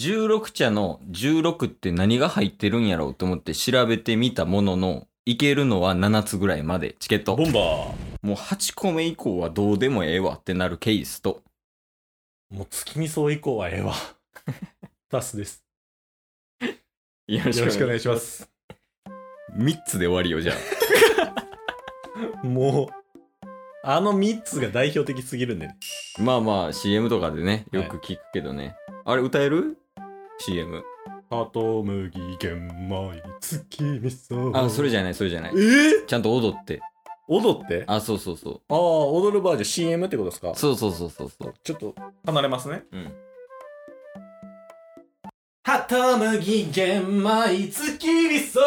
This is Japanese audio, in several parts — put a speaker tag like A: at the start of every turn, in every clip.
A: 16茶の16って何が入ってるんやろうと思って調べてみたものの、いけるのは7つぐらいまでチケット。
B: ボンバー。
A: もう8個目以降はどうでもええわってなるケースと、
B: もう月見草以降はええ わ。タスです。
A: よ
B: よろしくお願いします。
A: 3つで終わりよ、じゃあ。
B: もう、あの3つが代表的すぎるんでね。
A: まあまあ CM とかでね、よく聞くけどね。あれ歌える ?CM。
B: ハトムギ玄米月見草。
A: あ、それじ
B: ゃ
A: ゃない、それじゃない
B: え。ー、
A: ちゃんと踊って。
B: 踊ってあ
A: あ、そうそうそう。
B: あー、踊るバージョン CM ってことですか
A: そうそうそうそうそう。
B: ちょっと離れますね。
A: うん。
B: ハトムギ玄米月見 草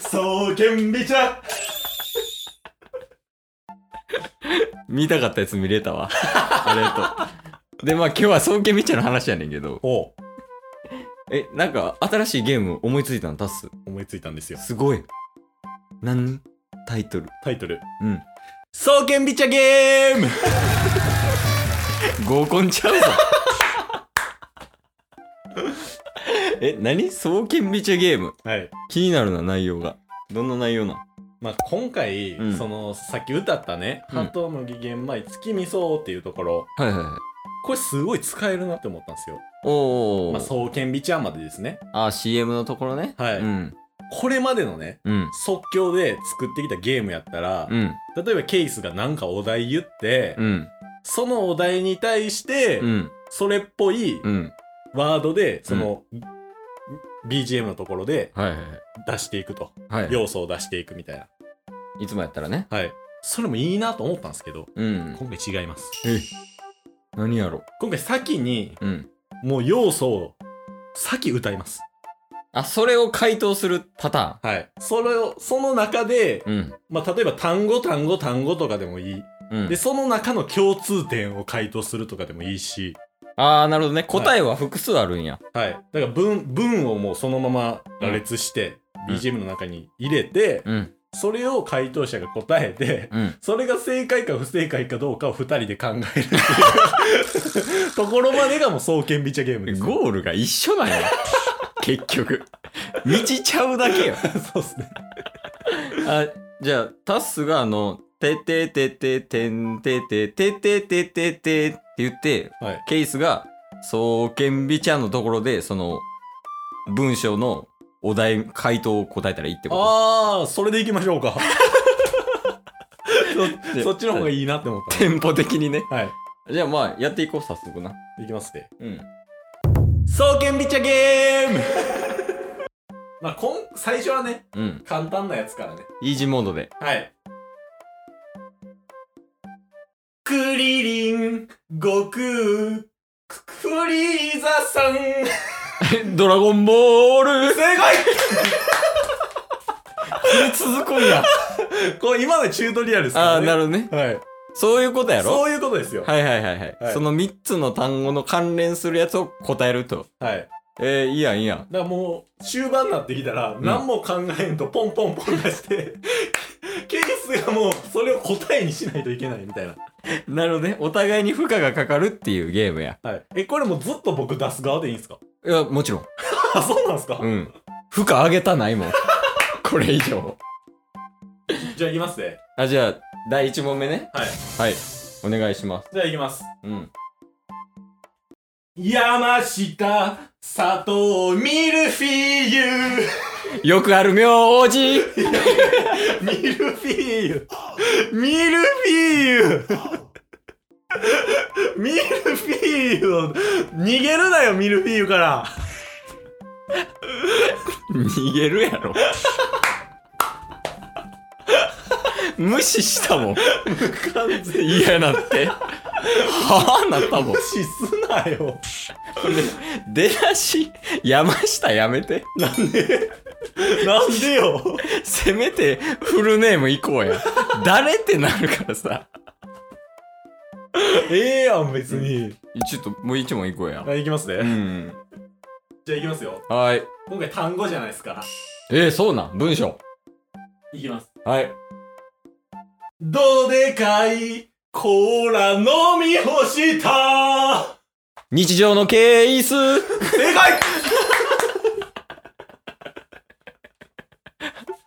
B: 草原美茶
A: 見たかったやつ見れたわ。 ありがとう。で、まあ今日は尊敬みちゃの話やねんけど。
B: おう
A: え、なんか新しいゲーム思いついたのタス。
B: 思いついたんですよ。
A: すごい。何タイトル。
B: タイトル。
A: うん。
B: 草原美茶ゲーム
A: 合コンちゃうぞ。 え、何双剣美茶ゲーム。
B: はい。
A: 気になるな、内容が。どんな内容なん
B: まあ、今回、
A: うん
B: その、さっき歌ったね、
A: うん
B: ハトムギ玄米月見草っていうところ、
A: はいはいはい。
B: これすごい使えるなって思ったんですよ。
A: おお、
B: まあ、草原美茶までですね。
A: あ CM のところね
B: はい
A: うん
B: これまでのね、
A: うん
B: 即興で作ってきたゲームやったら、
A: うん
B: 例えばケイスが何かお題言って、
A: うん
B: そのお題に対して、
A: うん
B: それっぽい
A: うん
B: ワードで、その、BGM のところで
A: はい
B: 出していくと。
A: はいはい
B: 要素を出していくみたい
A: いつもやったらね
B: な。はい。それもいいなと思ったんですけど、
A: うん
B: 今回違います。
A: え何やろ
B: 今回先に、
A: ううん
B: もう要素を先歌います。
A: あそれを回答するパタ
B: はい。それを、その中で
A: ー、ン
B: まあ、例えば単語単語単語とかでもいい。
A: うんうん
B: で、その中の共通点を回答するとかでもいいし、
A: ああなるほどね答えは複数あるんや、
B: はい。だから文、文をもうそのまま羅列して、
A: うん
B: BGM の中に入れて、
A: うん
B: それを回答者が答えて、
A: うん
B: それが正解か不正解かどうかを二人で考えるっていう ところまでがもう双剣美茶ゲームです、
A: ゴールが一緒 なんや結局道ちゃうだけよ
B: そうですね。
A: あじゃあタッスがあの「てててててんててててててて」って言って
B: はい。
A: ケースが、そう、けんびちゃんのところで、その、文章のお題、回答を答えたらいいってこ
B: あー、それでいきましょうか。
A: とで
B: そっちの方がいいなって思っ
A: テンポ的にね。
B: た。はい。
A: じゃあまあ、やっていこう、早速な。
B: いきますね。
A: うん。
B: 双剣美茶ゲーム まあ、こん、最初はね、
A: うん。
B: 簡単なやつからね。
A: イージーモードで。
B: はい。クリリン、悟空、ククリーザさ ん。
A: ドラゴンボール
B: 正解
A: 続くんや。
B: これ今のチュートリアルです
A: ああ、な
B: る
A: るほどね。
B: はい。
A: そういうことやろ
B: そういうことですよ。
A: はいはいはいはい。
B: はい
A: その3つの単語の関連するやつを答えると。
B: はい。だか
A: えー、いいやんいいやん。
B: らもう、終盤になってきたら、
A: ん
B: 何も考えんとポンポンポン出して、 ケースがもう、それを答えにしないといけないみたいな。
A: なるほどね。お互いに負荷がかかるっていうゲームや。
B: はい。え、これもうずっと僕出す側でいいんです か
A: いや、もちろん。
B: あ、そうなんですか、
A: うん。負荷上げたないもん。 これ以上。
B: じゃあいきますね。
A: あ、じゃあ、第1問目ね。
B: はい。
A: はい。お願いします。
B: じゃあいきます。
A: うん。
B: 山下、佐藤、ミルフィーユ。
A: よくある名字
B: ミルフィーユ。ミルフィーユ。 ミルフィーユを、逃げるなよ、ミルフィーユから。
A: 逃げるやろ。 無視したもん。
B: 完全に。
A: 嫌なって。はぁなったもん
B: 無。視すなよ。
A: 出だし、山下やめて。
B: なんでよ。
A: せめて、フルネームいこうや。誰ってなるからさ。
B: ええやん、別に。
A: ちょっと、もう一問いこうや。
B: はい、いきます
A: う
B: ね。
A: ん。
B: じゃあいきますよ。
A: はい。
B: 今回単語じゃないですか。
A: えー、そうなん。文章。
B: いきます。
A: はい。
B: どでかい、コーラ飲み干した
A: 日常のケース
B: 正解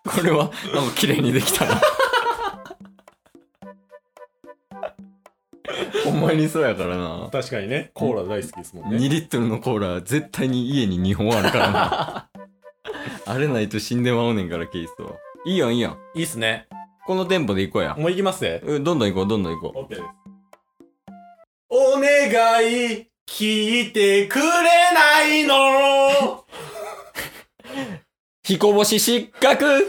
A: これは、なんか綺麗にできたな。 ほんまにそうやからな。
B: 確かにねコーラ大好きですもん
A: 2
B: ね
A: リットルのコーラ、絶対に家に2本あるからな。 あれないと死んでまうねんから、ケースは。いいやん、いいやん。
B: いいっすね
A: このテンポで行こうや。
B: もういきますね
A: うんどんどん行こう、どんどん行こ
B: OK ですお願い聞いてくれない
A: う。
B: の
A: 彦星失格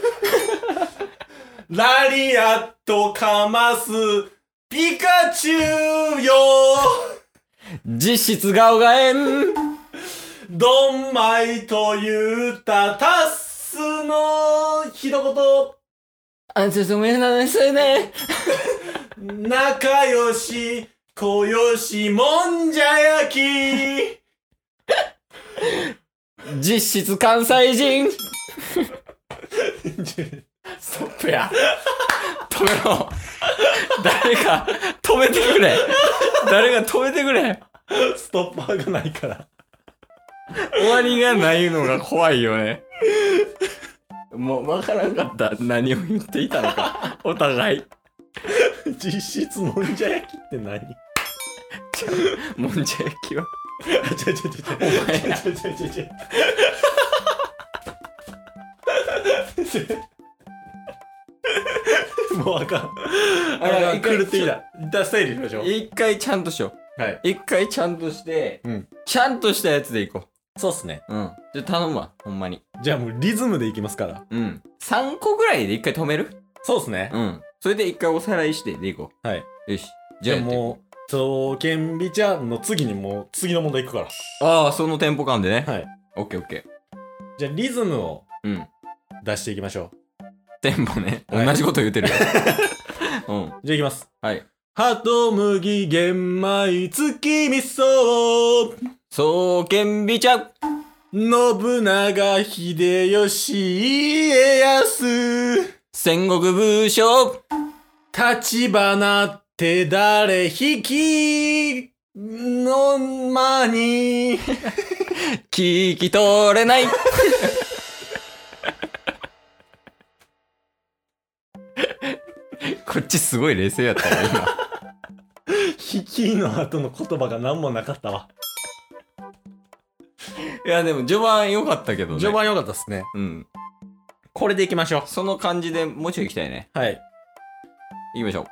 B: ラリアットかますピカチュウよ
A: 実質顔がえん
B: ドンマイと言ったタスの一
A: あんたともやなですね。
B: 言仲良し小よしもんじゃ焼き
A: 実質関西人ストップや。止めろ。誰か止めてくれ。誰か止めてくれ。
B: ストッパーがないから
A: 終わりがないのが怖いよね。もう分からんかった。何を言っていたのか。お互い。
B: 実質もんじゃ焼きって何
A: もんじゃ焼きは。
B: あちゃちゃちゃちゃちゃちゃちゃちゃちゃもうあかん
A: あ
B: あ
A: かん
B: かん狂っていいだだ整理しましょう
A: 一回ちゃんとしよ
B: はい。
A: う。一回ちゃんとして、
B: うん
A: ちゃんとしたやつでいこ
B: そうっすね。
A: う。うん。じゃあ頼むわ。ほんまに。
B: じゃあもうリズムでいきますから。
A: うん。3個ぐらいで一回止める
B: そうっすね。
A: うん。それで一回おさらいして、でいこ
B: はい。
A: う。よし。じ
B: じ
A: ゃ
B: ゃ
A: あ
B: あ
A: も
B: もう、そう、けんびちゃんの次にもう、次の問題いくから。
A: う。ああ、そのテンポ感でね。
B: はい。
A: オッケーオッケ
B: じゃあリズムを
A: ー。うん。
B: 出していきましょ
A: テンポね。
B: はい
A: 同じこと言うてるよ。 うん。
B: う。じゃあいきます。
A: はい。
B: ハトムギ玄米月味噌
A: そうけんびちゃん。
B: 信長秀吉家康
A: 戦国武将。
B: 立花って誰引きの間 に
A: 聞き取れ ない。こっちすごい冷静やったよ、今。
B: 引きの後の言葉が何もなかったわ。
A: いや、でも序盤良かったけどね。
B: 序。盤良かったですね。
A: うん。
B: これでいきましょ
A: その感じでもうちょい行きたいね。
B: う。はい。
A: 行きましょう。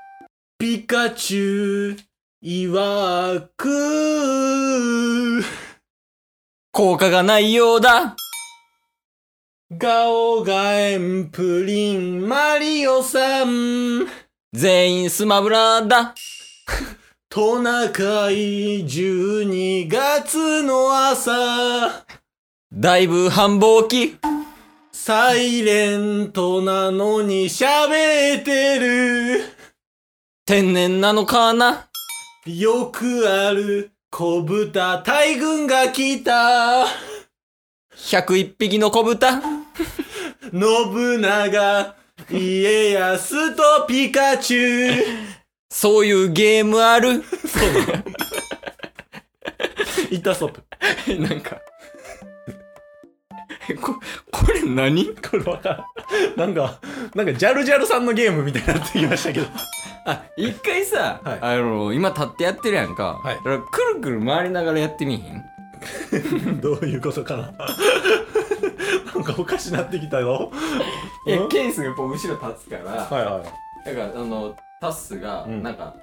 B: ピカチュウ、いわく、
A: 効果がないようだ。
B: ガオガエンプリン、マリオさん、
A: 全員スマブラだ。
B: トナカイ、12月の朝、
A: だいぶ繁忙期。
B: サイレントなのに喋ってる。
A: 天然なのかな
B: よくある小豚大群が来た。
A: 101匹の子豚
B: 信長、家康とピカチュウ。
A: そういうゲームある
B: 一旦ストップ。
A: なんか ここれ何
B: これわからん。なんか、なんかジャルジャルさんのゲームみたいになってきましたけど。
A: あ一回さ、
B: はい
A: あの今立ってやってるやんか、
B: はい
A: だからくるくる回りながらやってみへん
B: どういうことかな。なんかおかしなってきたよ。
A: い
B: うん
A: やケースがこう後ろ立つから、
B: はいはい。
A: だからあのタッスが
B: うん
A: なんか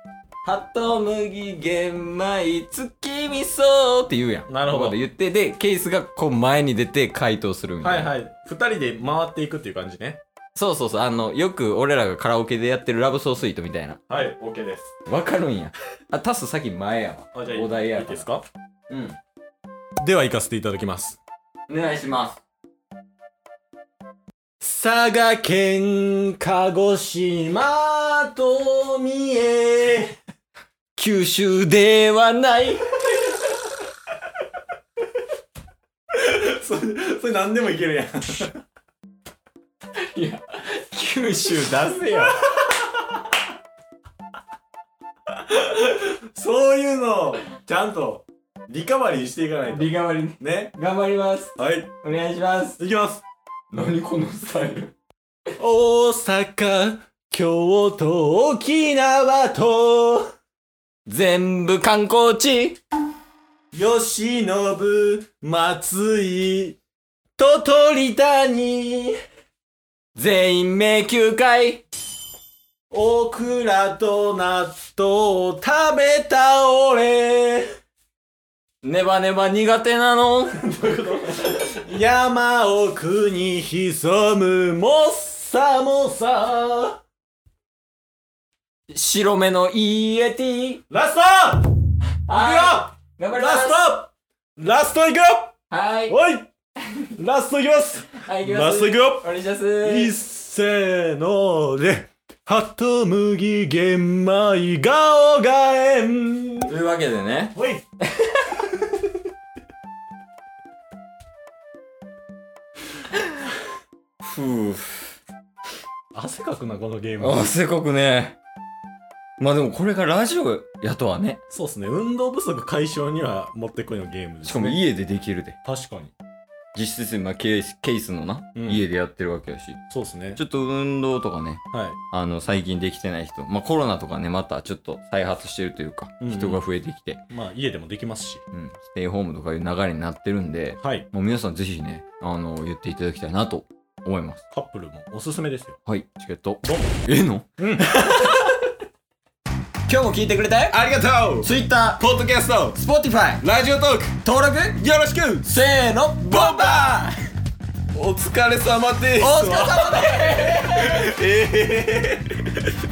A: 「ハトムギ玄米月味噌」って言うやん
B: なるほど
A: ここで言ってでケースがこう前に出て回答するみたい
B: は
A: な、
B: いはい。二人で回っていくっていう感じね。
A: そうそうそうあのよく俺らがカラオケでやってるラブソースイートみたいな
B: はい、OK です。
A: わかるんや。あ、タス先前やわ。
B: あじゃあ
A: お題や
B: いいですか
A: うん。
B: では行かせていただきます。
A: お願いします。
B: 佐賀県鹿児島と三重
A: 九州ではない。
B: それそれ何でもいけるやん
A: いや、九州出せ よ。
B: そういうのをちゃんとリカバリーしていかないと。
A: リカバリー
B: ね。
A: 頑張ります
B: はい。
A: お願いします
B: いきます。
A: 何このスタイル
B: 大阪、京都、沖縄と、
A: 全部観光地
B: 吉信、松井、鳥取谷、
A: 全員迷宮会
B: オクラと納豆を食べた俺、
A: ネバネバ苦手なの
B: 山奥に潜むもっさもさ、
A: 白目のイエティ
B: ラストいくよ
A: 頑張ります
B: ラストラストいくよ
A: はい
B: おいラストい きます
A: はい行きま
B: ラ
A: す
B: ストいくよ
A: お願いします
B: いっせーので鳩麦玄米顔がえん
A: というわけでね
B: おい
A: ふう
B: 汗かくなこのゲーム
A: あせこくねまあでもこれがラジオやとはね
B: そうっすね運動不足解消にはもってこいのゲームです、ね、
A: しかも家でできるで
B: 確かに
A: 実質今ケースケースのな、
B: うん
A: 家でやってるわけやし
B: そうっすね
A: ちょっと運動とかね
B: はい
A: あの最近できてない人、まあ、コロナとかねまたちょっと再発してるというか、
B: うん
A: 人が増えてきて、
B: まあ家でもできますし
A: うん、ステイホームとかいう流れになってるんで
B: はい
A: もう皆さんぜひねあの言っていただきたいなと思います
B: カップルもおすすめですよ
A: はいチケット
B: ドン
A: ええの
B: うん
A: 今日も聞いてくれたよ
B: ありがとう
A: Twitter、
B: ポッドキャスト
A: Spotify
B: ラジオトーク
A: 登録
B: よろしく
A: せーのボンバー
B: お疲れ様です
A: お疲れ様です
B: ええ